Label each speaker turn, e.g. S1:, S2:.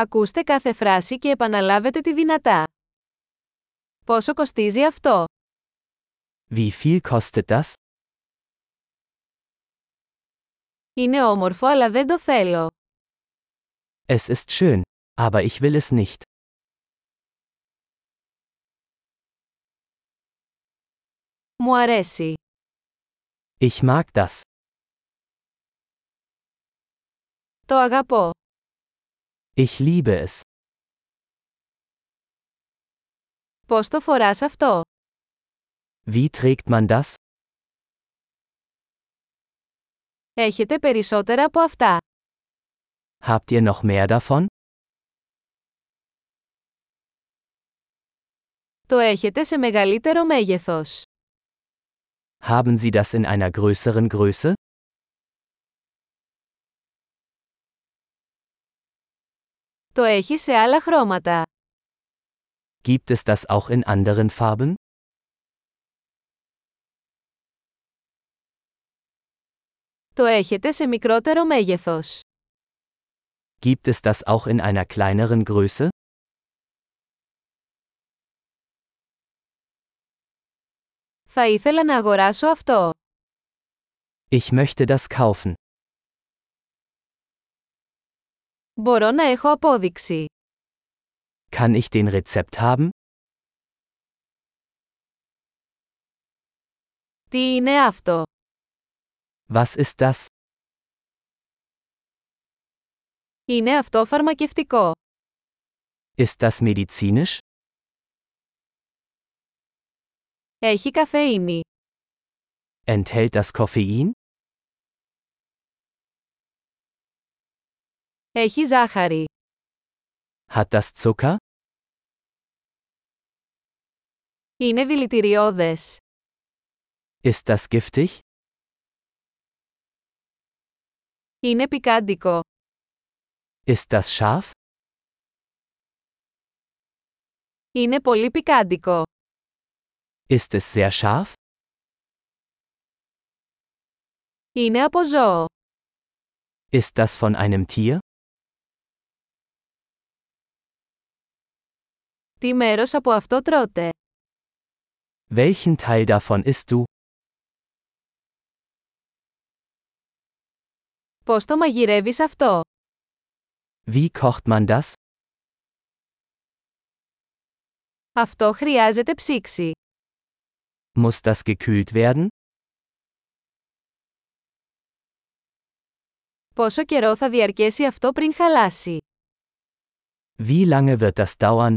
S1: Ακούστε κάθε φράση και επαναλάβετε τη δυνατά. Πόσο κοστίζει αυτό?
S2: Wie viel kostet das?
S1: Είναι όμορφο αλλά δεν το θέλω.
S2: Es ist schön, aber ich will es nicht.
S1: Μου αρέσει.
S2: Ich mag das.
S1: Το αγαπώ.
S2: Ich liebe es.
S1: Πώς το φοράς αυτό?
S2: Wie trägt man das?
S1: Έχετε περισσότερα από αυτά.
S2: Habt ihr noch mehr davon?
S1: Το έχετε σε μεγαλύτερο μέγεθος.
S2: Haben Sie das in einer größeren Größe?
S1: Το έχει σε άλλα χρώματα.
S2: Gibt es das auch in anderen Farben?
S1: Το έχετε σε μικρότερο μέγεθος.
S2: Gibt es das auch in einer kleineren Größe?
S1: Θα ήθελα να αγοράσω αυτό.
S2: Ich möchte das kaufen.
S1: Μπορώ να έχω απόδειξη.
S2: Kann ich den Rezept haben?
S1: Τι είναι αυτό?
S2: Was ist das?
S1: Είναι αυτό φαρμακευτικό.
S2: Ist das medizinisch?
S1: Έχει καφεΐνη.
S2: Enthält das Koffein?
S1: Έχει ζάχαρη.
S2: Hat das Zucker?
S1: Είναι δηλητηριώδες.
S2: Ist das giftig?
S1: Είναι πικάντικο.
S2: Ist das scharf?
S1: Είναι πολύ πικάντικο.
S2: Ist es sehr scharf?
S1: Είναι από ζώο.
S2: Ist das von einem Tier?
S1: Τι μέρος από αυτό τρώτε?
S2: Welchen Teil davon isst du?
S1: Πώς το μαγειρεύεις αυτό?
S2: Wie kocht man das?
S1: Αυτό χρειάζεται ψήξη.
S2: Muss das gekühlt werden?
S1: Πόσο καιρό θα διαρκέσει αυτό πριν χαλάσει?
S2: Wie lange wird das dauern,